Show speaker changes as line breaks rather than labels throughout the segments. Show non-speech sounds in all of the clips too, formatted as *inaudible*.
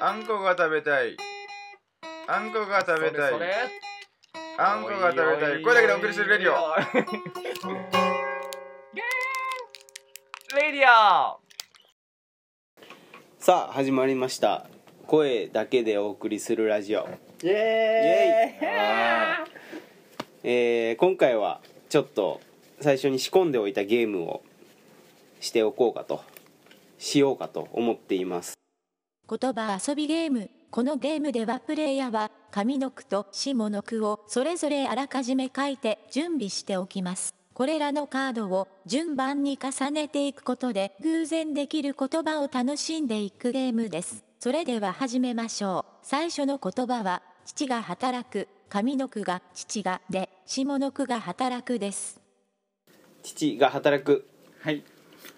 あんこが食べたい。あんこが食べたい
それ。それ
あんこが食べたい。これだけでお送りするレディオ。
オ。レディオ。
さあ始まりました声だけでお送りするラジオ
イエーイ
イえー今回はちょっと最初に仕込んでおいたゲームをしておこうかとしようかと思っています
言葉遊びゲームこのゲームではプレイヤーは上の句と下の句をそれぞれあらかじめ書いて準備しておきますこれらのカードを順番に重ねていくことで偶然できる言葉を楽しんでいくゲームですそれでは始めましょう最初の言葉は父が働く上の句が父がで下の句が働くです
父が働く
はい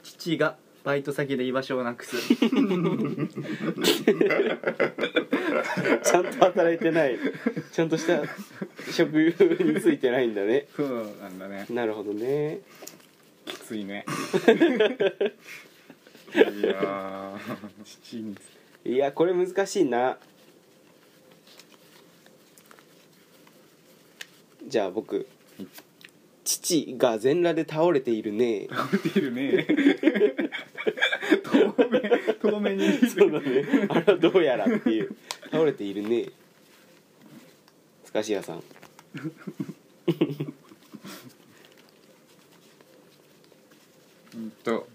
父がバイト先で居場所をなくす
ちゃんと働いてないちゃんとした職業についてないんだね
そうなんだね
なるほどね
きついね
いや
父に
いやこれ難しいなじゃあ僕父が全裸で倒れているね
出てるね遠目遠目に
そうだねあれはどうやらっていう倒れているねスカシアさん
うんと、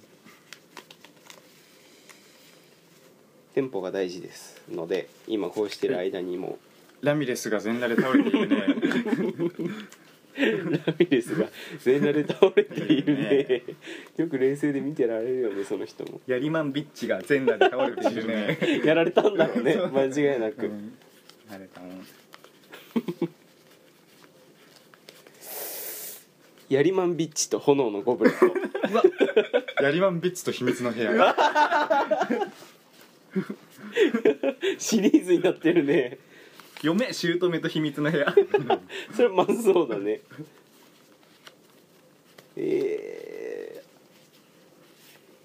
テンポが大事ですので今こうしてる間にも
ラミレスが全裸で倒れているね。
ラミレスが全裸で倒れているねよく冷静で見てられるよねその人も
やりまんビッチが全裸で倒れているね
やられたんだろ *laughs* うね間違いなく、
うん慣れたもん
ヤリマンビッチと炎のゴブレット
やりまんビッツと秘密の部屋。
シリーズになってるね
嫁姑と秘密の部屋
それまずそうだねえ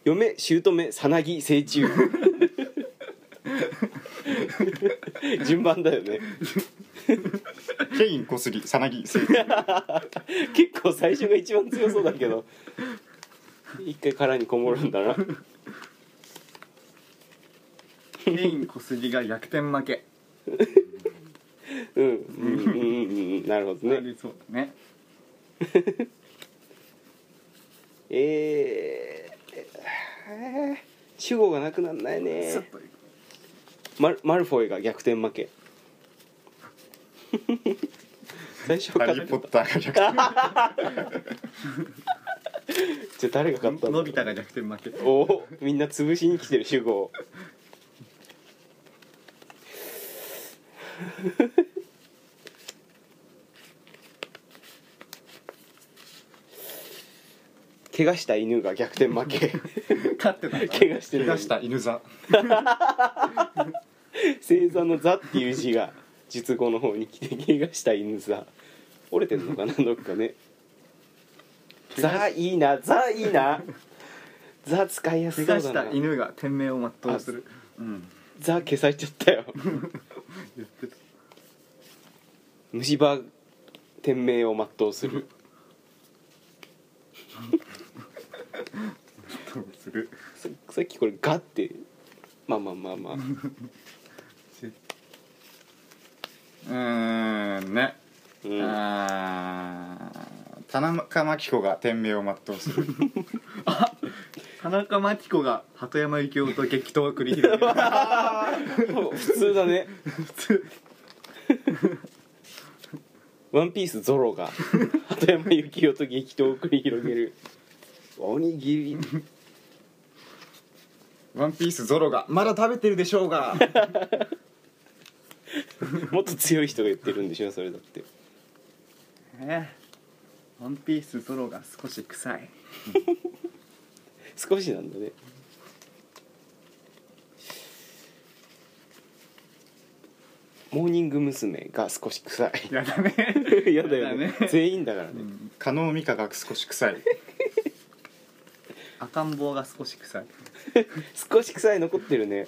ー嫁姑さなぎ成虫順番だよね
ケイン小杉、さなぎ、せい
結構最初が一番強そうだけど一回殻にこもるんだな
ケイン小杉が逆転負け
うんうんうんうんうんなるほど
な
ね
りそうだね
えーえー主語がなくなんないね
スッといく
マルマルフォイが逆転
*laughs*
負け最初
ハ
から
リー・ポッターが逆転。
*laughs* じゃあ誰が勝った
のび太が逆転負け
おおみんな潰しに来てる主語を *laughs* 怪我した犬が逆転負け
勝ってたんだね
怪我して
怪
るの
我
に
した犬座。
星座の「座」っていう字が術後の方に来て怪我した犬座折れてんのかなどっかね「座」いいな「座」いいな「座」使いやす
怪
そ
我
う
し
だ
た
な
犬が天命を全うするうん
「座」消されちゃったよ
言ってた
虫歯天命を全うする
どうする
ささっきこれ「が」ってまあまあまあまあ
うーん、ね。
うん
あー田中真紀子が天命を全うす
*laughs*
る。
田中真紀子が鳩山由紀夫と激闘を繰り広げる
普通だね普
通
ワンピースゾロが鳩山由紀夫と激闘を繰り広げるおにぎり
ワンピースゾロが、まだ食べてるでしょうが。
*laughs* もっと強い人が言ってるんでしょそれだって
ねワンピースゾロが少し臭い
少しなんだねモーニング娘。が少し臭い
やだ
*laughs*
ね
嫌だよね
*laughs* やだ
*laughs*
ね
全員だからね、
加納美香が少し臭い。
赤ん坊が少し臭い
少し臭い残ってるね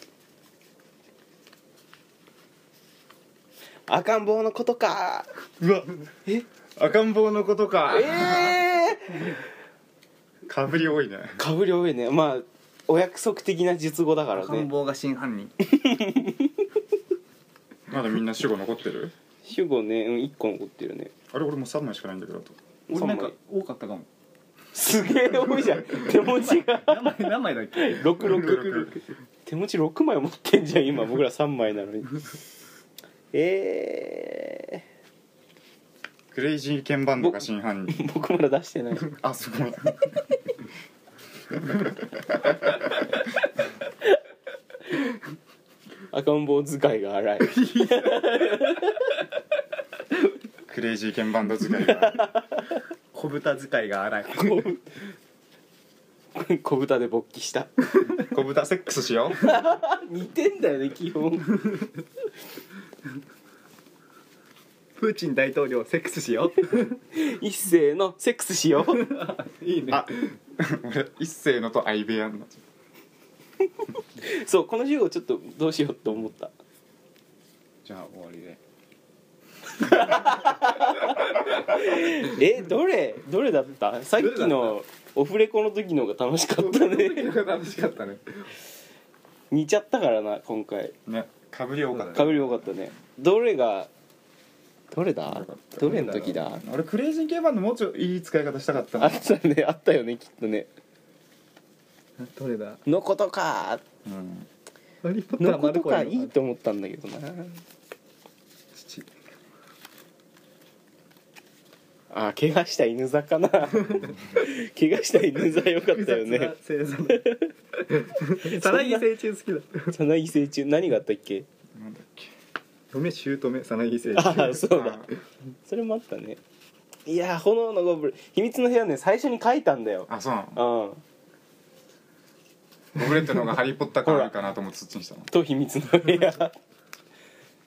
赤ん坊のことか
うわ赤ん坊のことか
え
*laughs*
え
かぶり多いね
ー、かぶり多いねまあお約束的な術語だから
赤ん
ね
坊が真犯
*laughs*
人
まだみんな主語残ってる
主語ね、うん、1個残ってるね
あれ俺もう3枚しかないんだけどあと
俺なんか多かったかも
すげえ多いじゃん手持ちが
何枚何枚だっけ
66手持ち6枚持ってんじゃん今僕ら3枚なのに *laughs* え
クレイジーケンバンドが真犯人
ー、僕まだ出してない
あすごい
赤ん坊使いが荒い
クレイジーケンバンド使いが
小豚使いが荒い
小豚で勃起した
*laughs* 小豚セックスしよ
似てんだよね基本
プーチン大統領セックスしよ
一斉のセックスしよう
ういいね
あう俺一斉のと相部屋になっちゃう
そうこの主語ちょっとどうしようと思った
じゃあ終わりで
えどれどれだったさっきのオフレコの時の方が楽しかったね
楽しかったね
似ちゃったからな今回
ねかぶり多かった
かぶり多かったねどれがどれだどれの時だ
俺クレイジーケンバンドもうちょいい使い方したかった
あ
な
ったねあったよねきっとね
どれだ
のことか
うん
ハリーポッター
のことか
丸子
いいと思ったんだけどな
父
あ怪我した犬座か *laughs* な怪我した犬座よかったよね
複雑な星
*laughs*
座サナギ星中好きだ
さなぎ成虫何があったっけ
なんだっけ
嫁姑サナギ星
ああそうだ
あ
それもあったねいやー炎のゴブリン秘密の部屋ね最初に書いたんだよ
あそうなの
うん
ゴブレットの方がハリー・ポッター感あるかなと思ってそっちにしたの
と秘密の部屋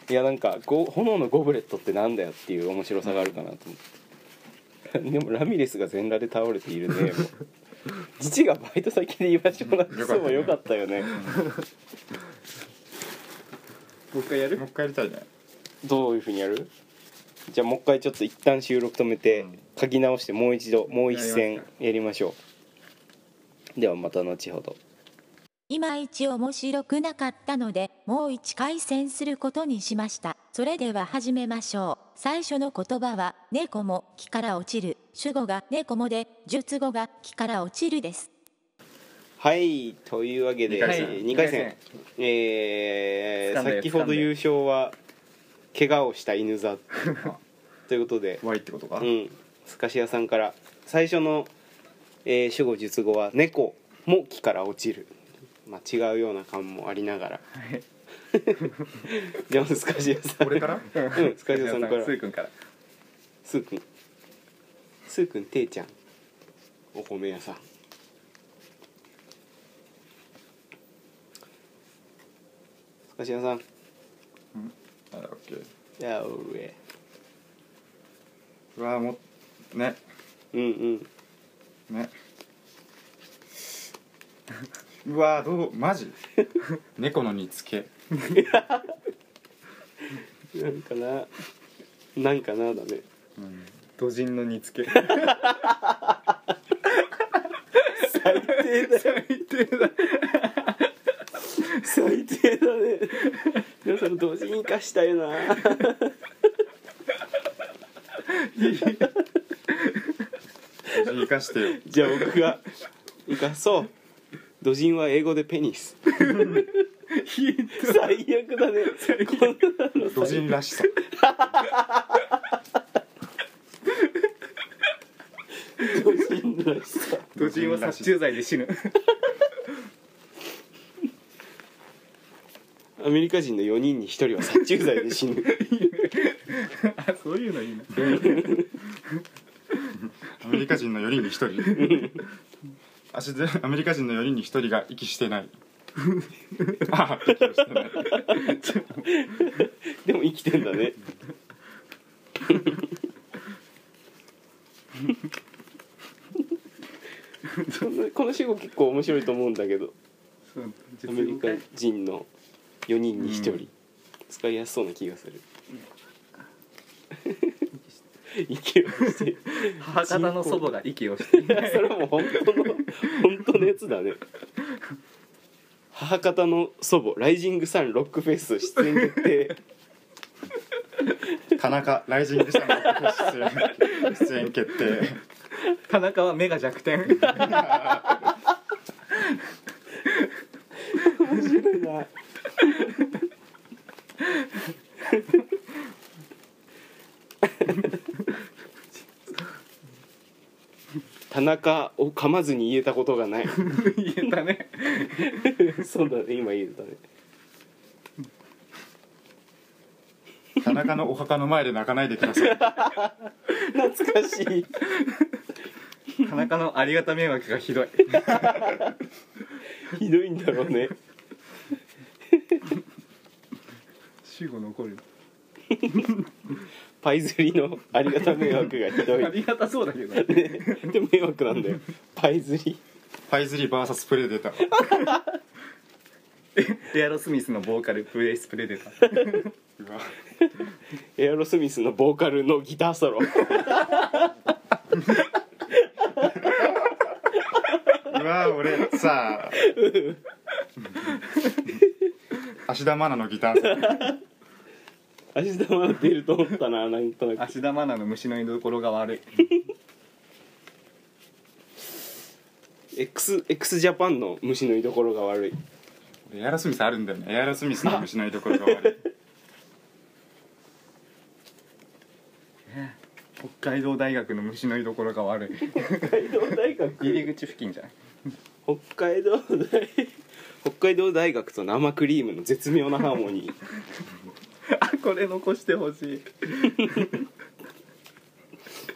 いやなんかご炎のゴブレットってなんだよっていう面白さがあるかなと思ってでもラミレスが全裸で倒れているねもう父がバイト先で居場所をなくすもよかったよね
もう一回やる
もう一回やりたいね
どういうふうにやるじゃあもう一回ちょっと一旦収録止めて
うん
書き直してもう一度もう一
やり
戦やりましょうではまた後ほど
いまいち面白くなかったので、もう一回戦することにしました。それでは始めましょう。最初の言葉は、猫も木から落ちる。主語が猫もで、述語が木から落ちるです。
はいというわけで
二回
戦
2回戦えー
掴んだよ
先ほど優勝は怪我をした犬座
*laughs*
ということで、
Y ってことか
うん、スカシアさんから最初の、えー主語述語は「猫も木から落ちる」まあ、違うような感もありながら *laughs* じゃあまずスカシアさん
俺から
うんスカジオさんから
スー君から
スーくんスーくんていちゃんお米屋さんスカシアさん
あオッケー
やおうえ
うわもうね
うんうん
ねうわどうマジ猫の煮つけ
なんかななんかなだね
うん
土人の煮つけ
最低だね皆さん同時に化したいな
無事に生かしてよ
じゃあ僕が生かそう土人は英語でペニス最悪だねこんなの
土人らしさ
土人らしさ
土人は殺虫剤で
*laughs*
死ぬ
アメリカ人の4人に1人は殺虫剤で死ぬ
あそういうのいいな
アメリカ人の4人に1人足でアメリカ人の4人に1人が息してないあ息をしてない
でも生きてんだねそんなこの主語結構面白いと思うんだけどアメリカ人の4人に1人、
うん
使いやすそうな気がする *laughs* 息をして
母方の祖母が息をしている
それも本当の本当のやつだね母方の祖母ライジングサンロックフェス出演決定
田中ライジングさんの出演出演決定
*laughs* 田中は目が弱点
面白いな田中を噛まずに言えたことがない
言えたね
そうだね今言えたね
田中のお墓の前で泣かないでください
懐かしい
田中のありがた迷惑がひどい
ひどいんだろうね
死後残る
パイ釣りのありがた迷惑がひどい
ありがたそうだけど
で迷惑なんだよパイ釣り
パイズリー VS プレデター
*laughs* エアロスミスのボーカルプレイスプレデター
うわ
エアロスミスのボーカルのギターソロ
うわ俺さ芦田愛菜のギター
足玉出ると思ったななんとなく
芦田愛菜の虫の居所が悪い
x x ジャパンの虫の居所が悪い
俺エアロスミスあるんだよねエアロスミスの虫の居所が悪い
北海道大学の虫の居所が悪い
北海道大学
入り口付近じゃない
北海道大北海道大学と生クリームの絶妙なハーモニー
あ *laughs* これ残してほしい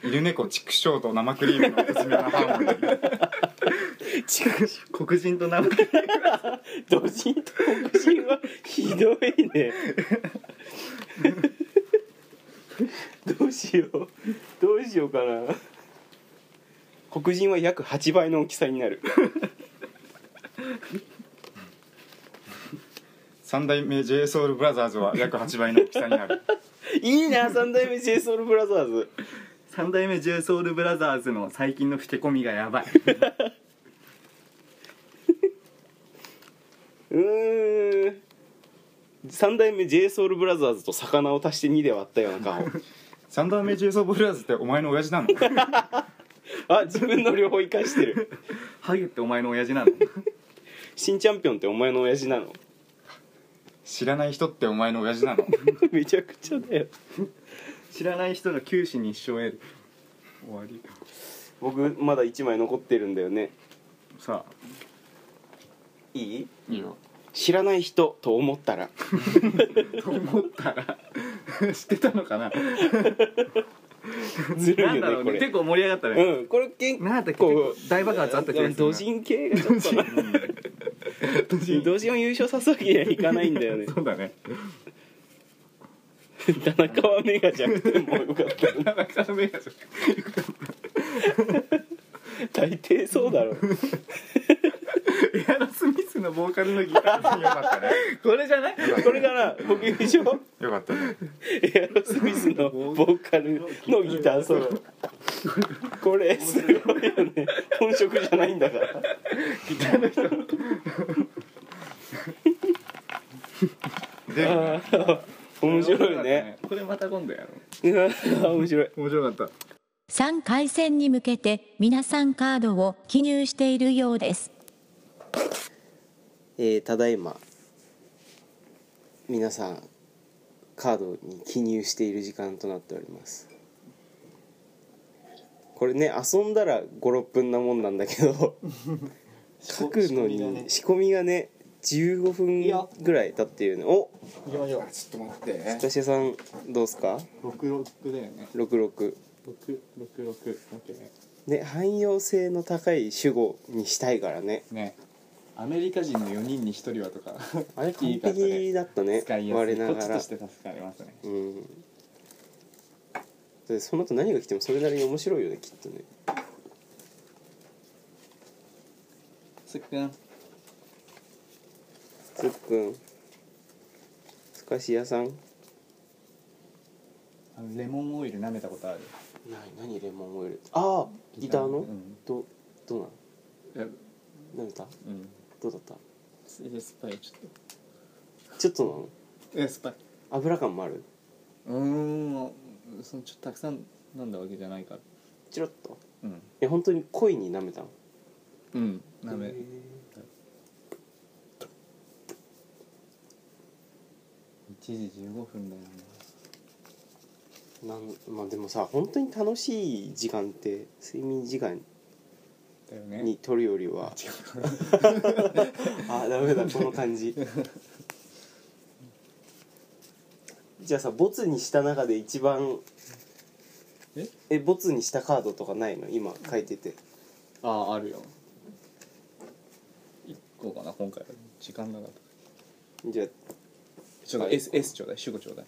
犬猫畜生と生クリームの絶妙なハーモニー
黒人と生
ドジンと黒人はひどいねどうしようどうしようかな黒人は約8倍の大きさになる
三代目 j s o u l b r o t h e r s は約8倍の大きさになる
いいな三代目 j s o u l b r o t h e r
三代目 j ソ o u l b r o t h e の最近の老け込みがやばい
s うーん三代目 j s o u l b r o t h e r s と魚を足して2で割ったような顔
三代目 j s o u l b r o t h e r s ってお前の親父なの
あ自分の両方生かしてる
ハゲってお前の親父なの
新チャンピオンってお前の親父なの
知らない人ってお前の親父なの
めちゃくちゃだよ
知らない人の九死に一生を得る終わり
僕まだ1枚残ってるんだよね
さあ
いい
いいよ
知らない人と思った
*laughs*
ら
と思ったら知ってたのかな
ずるい
なんだろ
よ
う
ね
ね結構盛り上がった
こ
ね、
れうんこれ結
なんだっけ
構
結構大爆発あった気がするな
ドジン系がちょっとなドジンを優勝さすわけにはいかないんだよね
そうだね
田中は目が弱点もよかった
田中の目が
大抵そうだろ
*laughs*
う
エアロスミスのボーカルのギター
よかったね
これじゃない
これから僕優勝
よかったね
エアロスミスのボーカルのギターソロこれすごいよね本職じゃないんだから
で
*laughs* あー面白いね
これまた今度やろ
うわー *laughs* 面白いう
面白かっ
3回戦に向けて皆さんカードを記入しているようです。
えーただいま皆さんカードに記入している時間となっておりますこれね遊んだら56分なもんなんだけど書くのに仕込みがね15分ぐらい経っているねお
いやいやちょっと待って
田瀬さんどうっすか
六六だよね
66
六六六待ってね
ね汎用性の高い主語にしたいからね
ねアメリカ人の四人に一人はとか
あれ
いい
完
からね
璧だったね
使いやす
我
いこ
な
っ
が
ち
ら
として助かりますね
うんでその後何が来てもそれなりに面白いよねきっとね
すっくん
つっくんすかし屋さん
あのレモンオイル舐めたことある
な何レモンオイルああギターの、
うん
どどうなの
え
舐めた
うん
どうだった
それで酸っぱいちょっ
ちょっとなの
え酸っぱい
油感もある
うーんそのちょっとたくさん飲んだわけじゃないから
チロッと
うん
え本当に恋に舐めたの
うん舐め
へー
1時15分だよね
なんまあでもさ本当に楽しい時間って睡眠時間
だよね
に取るよりは *laughs* あダメ *laughs* だこの感じじゃあさボツにした中で一番
え
えボツにしたカードとかないの今書いてて
あああるよ行こうかな今回は時間なかった
じゃあ
ちょっと
はい
S, S ちょうだい主語ちょうだい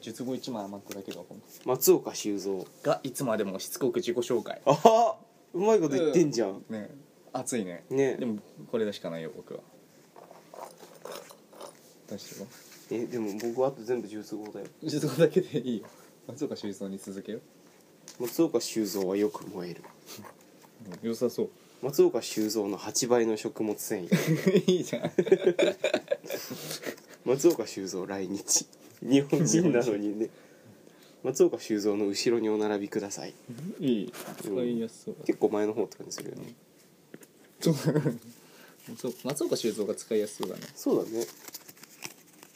術語1枚余っただけが今回
松岡修造
がいつまでもしつこく自己紹介
ああうまいこと言ってんじゃん、
ね熱いね
ね
でもこれでしかないよ僕はどうしよ
えでも僕あと全部十数号だよ
う術語だけでいいよ松岡修造に続けよ
松岡修造はよく燃える
う良さそう
松岡修造の8倍の食物繊維
*laughs* いいじゃん
松岡修造来日日本人なのにね松岡修造の後ろにお並びください
*laughs* いい
使
使
い
いやすそう
結構前の方って感じするよね
松岡修造が使いやすそうだね
そうだね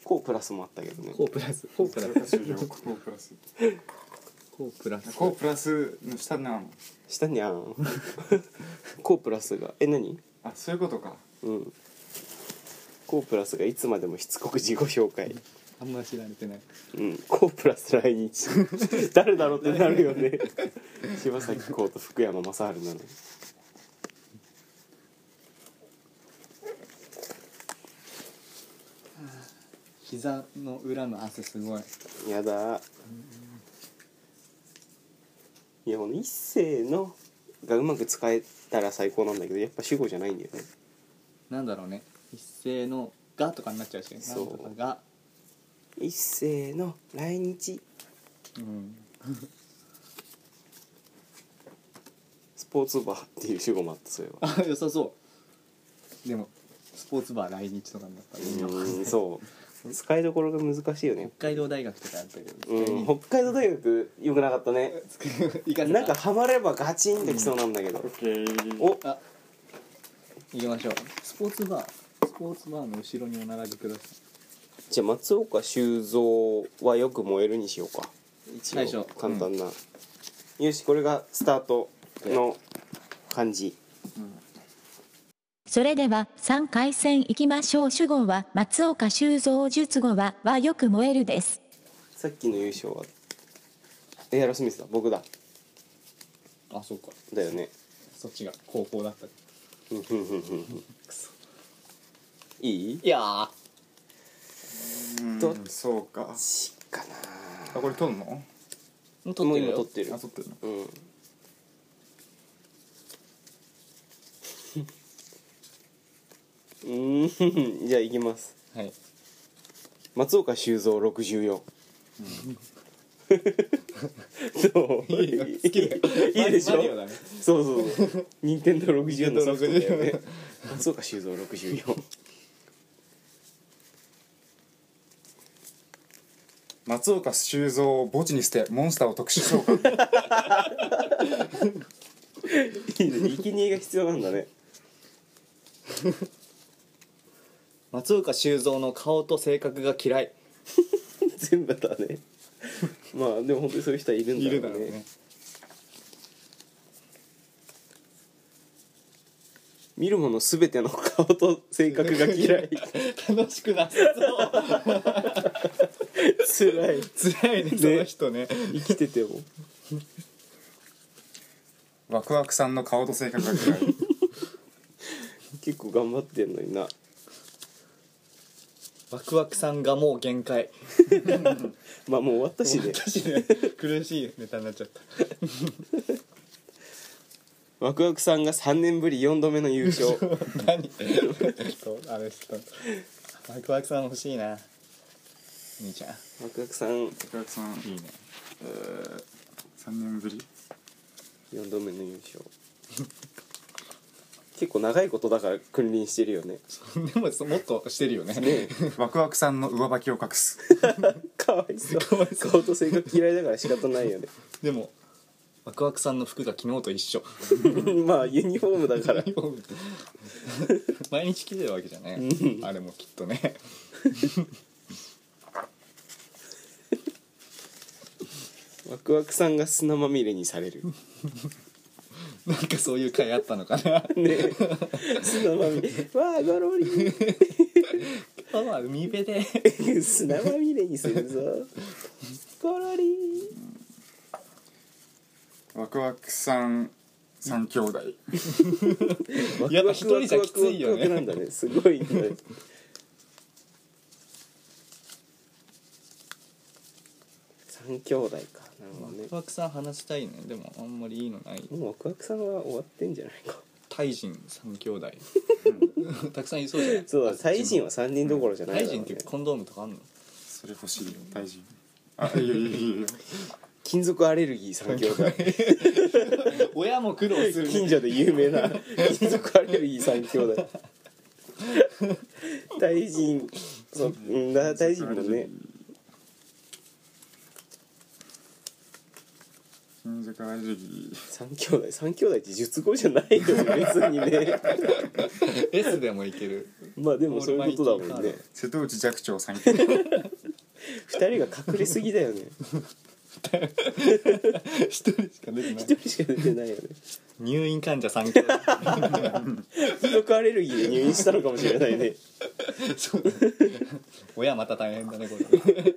こうプラスもあったけどね
こうプラスこうプラス
コープラス
こうプラス
コープラスの下なの
下にあん *laughs* こうプラスがえ何
あそういうことか
うんこうプラスがいつまでもしつこく自己紹介
あんま知られてない
うん、コープラス来 *laughs* 日誰だろうってなるよね *laughs* 柴咲コウと福山雅治なのに
膝の裏の汗すごい
やだいやこの一世のがうまく使えたら最高なんだけどやっぱ主語じゃないんだよね
なんだろうね一斉の「が」とかになっちゃうしね
そう
なんとかが
一世の来日
うん
スポーツバーっていう主語もあったそれは
あ良さそうでもスポーツバー来日とかになったらいいよ
*laughs* うんそう使いどころが難しいよね
北海道大学とかあったけど
うん北海道大学よくなかったね
行 *laughs* かせ
なん
た
かハマればガチンときそうなんだけど、
オッケー
お
あ行きましょうスポーツバースポーツバーの後ろにお並びくださ
じゃあ松岡修造はよく燃えるにしようか一
最初
応簡単な、よしこれがスタートの感じ
それでは3回戦行きましょう主語は松岡修造術語ははよく燃えるです
さっきの優勝はエアロスミスだ僕だ
いあそうか
だよね
そっちが高校だったい
ふんふんふんふんふんいい
やーあ
どっ
うんそうか
しかな
あこれ取んの
撮っ
もう今撮ってる
あ取ってるの
うんうんふんふんじ *laughs* ゃあいきます
はい
松岡修造六十四。どういい *laughs* でしょ
マリオだね
そうそうそう任天堂六十四のソフトだよ
*laughs*
ね松岡修造六十四。
松岡修造を墓地に捨てモンスターを特殊召喚
いいね生贄が必要なんだね
松岡修造の顔と性格が嫌い
*laughs* 全部だねまあでも本当にそういう人はいるんだろうね見るものすべての顔と性格が嫌い
楽しくなさそ
*laughs*
う
辛い
*laughs* 辛いねその人ね
生きてても
ワクワクさんの顔と性格が嫌い
結構頑張ってんのにな
ワクワクさんがもう限界
まあもう終わったしね
私ね苦しいネタになっちゃった *laughs*
ワクワクさんが3年ぶり4度目の優 *laughs* 勝
何ちょっとあれしたワクワクさん欲しいな兄ちゃん
ワクワクさん
高木さんいいねえー、3年ぶり
4度目の優勝結構長いことだから君臨してるよね
でもそもっとしてるよね
ね
ワクワクさんの上履きを隠す
かわいそう顔と性格嫌いだから仕方ないよね
でもワクワクさんの服が昨日と一緒
*laughs* まあユニフォームだから
*laughs* 毎日着てるわけじゃね
うん
あれもきっとね
ワクワクさんが砂まみれにされ
*laughs*
る
なんかそういう回あったのかな
ねえ砂まみれわあゴロリ *laughs*
パワー海辺で
砂まみれにするぞゴロリ
ワクワクさん三兄弟
やっぱ一人じゃきついよ
ワクワクワク
ね
ワクなんだねすごいね三兄弟かなるほどね
ワクワクさん話したいねでもあんまりいいのない
もうワクワクさんは終わってんじゃないか
タイ人三兄弟 *laughs* たくさんいそうじゃない
そうだタイ人は三人どころじゃない
タ
だ
イ
ろう
人
ね
ってコンドームとかあんの
それ欲しいよ大臣あいいよいいよいいよ
金属アレルギー三兄弟
親も苦労するね
近所で有名 *laughs* な金属アレルギー三兄弟大臣そううんだ大臣もね
金属アレルギ
三兄弟三兄弟って術語じゃないよ *laughs* ね別にね
S でもいける
まあでもそういうことだもんね
ー瀬戸内寂聴 *laughs* 三兄弟
二人が隠れすぎだよね
一人しか出てない
一人しか出てないよね
入院患者三兄
*laughs*
弟
金属アレルギーで入院したのかもしれないね
そうだね親また大変だねこれ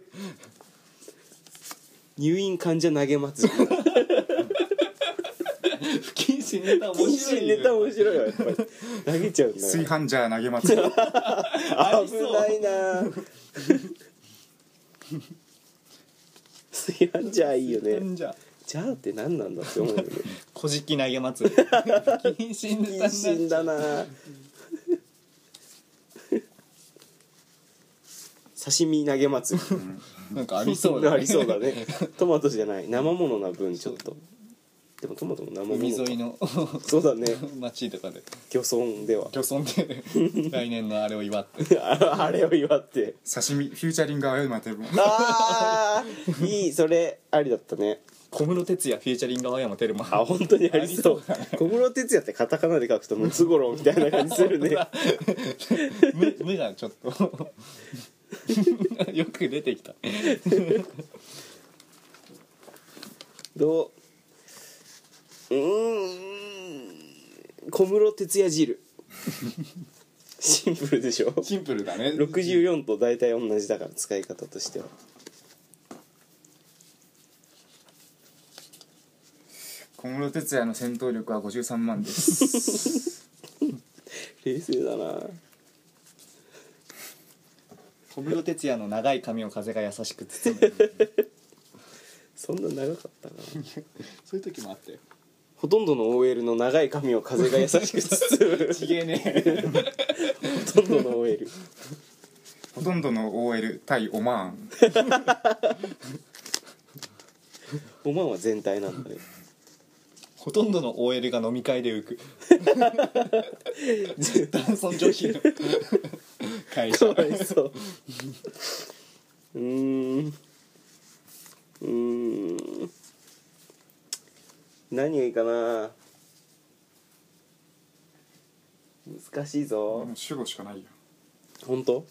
*laughs* 入院患者投げます *laughs*
不謹慎ネタ面
謹
白い
慎
ね
ネタ面白いわやっぱり投げちゃうんだ
炊飯ジャー投げます
あり
危
そう
ないな炊飯ジャーいいよね
じゃあ
ジャーって何なんだって思うよね
小じき投げ
*laughs*
祭り不謹慎ネ
謹
タになっ
慎だな刺身投げ祭り
なんかありそうだ
*laughs* あ
ね
りそうだねトマトじゃない生ものな分ちょっとでもトマトも生もの
海沿いの *laughs*
そうだね
町とかで
漁村では
漁村 *laughs* で来年のあれを祝って
ああれを祝
*laughs*
って
刺身フューチャリング青山テルマ
ああいいそれありだったね
小室哲哉フィーチャリング青山テルマ
あ本当にありそう小室哲哉ってカタカナで書くとムツゴロウみたいな感じするね
無無がちょっと *laughs* よく出てきた
*laughs* どううーん小室哲哉汁シンプルでしょ
シンプルだね
64と大体同じだから使い方としては
小室哲哉の戦闘力は53万です
冷静だな
小室哲哉の長い髪を風が優しく包 *laughs* む
そんな長かったな
そういう時もあったよ
ほとんどの OL の長い髪を風が優しく包
ちげえね
むほとんどの OL
ほとんどの OL 対オマーン
オマンは全体なんだね
ほとんどの OL が飲み会で *laughs* 浮く男尊女卑の会
か
社
わいそううーんうーん何がいいかな難しいぞ
もう主語しかないよ
本当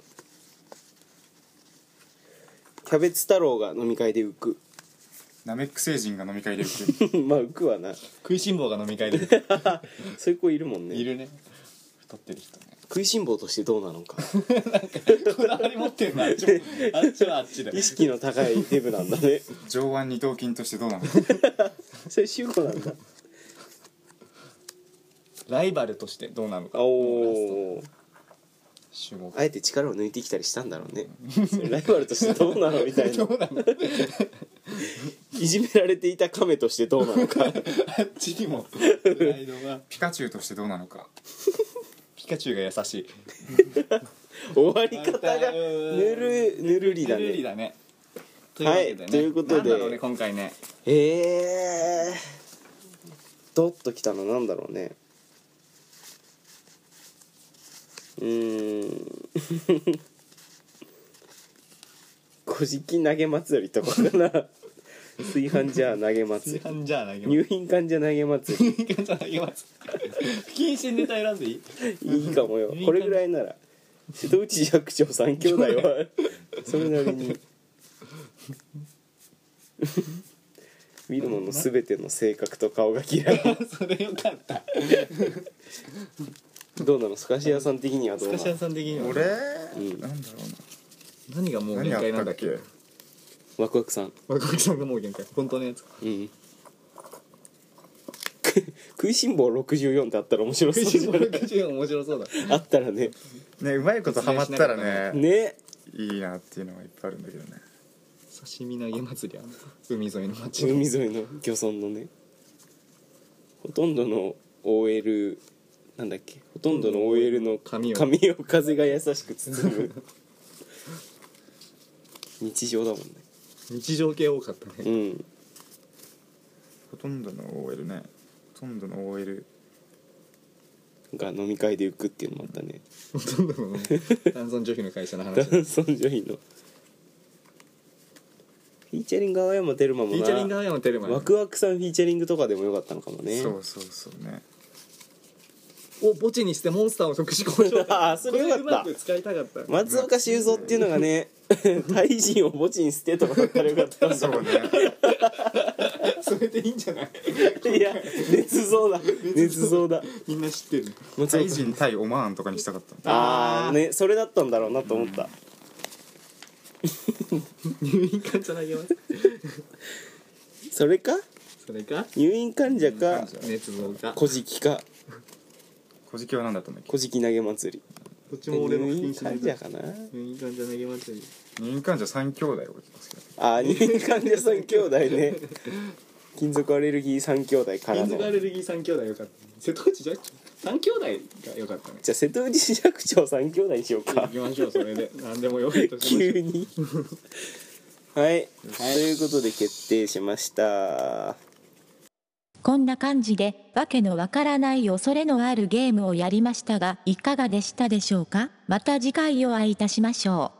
キャベツ太郎が飲み会で浮く *laughs*
ナメック星人が飲み会で受 *laughs* ける
まあ浮くわな
食いしん坊が飲み会で浮く
そういう子いるもんね
いるね太ってる人ね
食いしん坊としてどうなのか
こだわり持ってるなあっちもあっちはあっちで
*laughs* 意識の高いデブなんだね
上腕二頭筋としてどうなの
*laughs* それ主語なんだ
ライバルとしてどうなのか
おお
主語
あえて力を抜いてきたりしたんだろうねそれライバルとしてどうなのみたいな *laughs*
どうなの
いじめられていた亀としてどうなのか
あっちにもプライドが
ピカチュウとしてどうなのか
ピカチュウが優しい
終わり方がぬるぬるりだ
ルーリ
ね
だね
はいということ
なんだろうね
で
今回ね
えードッときたのなんだろうねうーん *laughs* 古事記投げ祭りとかかな *laughs* 炊飯ジャー投げ祭り
じゃあ投げ *laughs*
入品患者投げ祭り
じゃあ投げます不謹慎ネタ選んでい
い
い
いかもよこれぐらいなら瀬戸内寂聴三兄弟はそれなり *laughs* に見るもの全ての性格と顔が嫌い
*laughs* それよかった
どうなのスカシアさん的にはどうな
塚
の
島さん的には
俺、
ん
なんだろ
何がも
う
う
な
限
何あ
界な
った
んだ
っ
っけ
け
ワクワクさん
若木さんがもう限界本当のやつ *laughs*
うん食いしん坊64ってあったら面白そう
*laughs*
じゃない
64面白そうだ
あったらね
ねうまいことハマったらね
ね
いいなっていうのがいっぱいあるんだけどね
刺身投げ祭りや海沿いの町
海沿いの漁村のねほとんどの OL なんだっけほとんどの OL の
髪を
髪を風が優しく包
*laughs*
む日常だもんね
日常系多かった
う
ね
ん
ほとんどの OL ねほとんどの OL
が飲み会で浮くっていうのもあったね
ほとんど *laughs* の男尊女卑の会社の *laughs*
男
話フ
尊女卑のフィーチャリング青山テルマも
ィーチャリング
な
青山テルマ
ワクワクさんフィーチャリングとかでもよかったのかもね
そうそうそうね
を墓地にしてモンスターを特殊交 *laughs* 渉
*laughs* あーそれよかった
こうまく使いたかった
松岡修造っていうのがね大臣を墓地に捨てとかだったらよかったんだ
そうね
それでいいんじゃない
いや熱造だ熱造だ
みんな知ってる
*laughs*
松
タ
本
イ人対オマーンとかにしたかった
ああねそれだったんだろうなと思った、
入院患者投げます
それか
それか
入院患者か
熱造か
古事記か
小じきは何だったんだっけ
古事記投げ祭り
どっちも俺の
入
不
院
謹慎
患
ネ
者
タ
かな
入院患者投げ祭り
民間じゃ3兄弟をですけど
あー入院患者さん兄弟ね金属アレルギー3兄弟から
金
の
属アレルギー3兄弟よかった *laughs* 瀬戸内ジャッキ3兄弟がよかったね
じゃあ瀬戸内寂聴3兄弟にしよう
行
か
きましょうそれで何でもよいとしましょ
急にはい、ということで決定しました
こんな感じで、わけのわからない恐れのあるゲームをやりましたが、いかがでしたでしょうかまた次回お会いいたしましょう。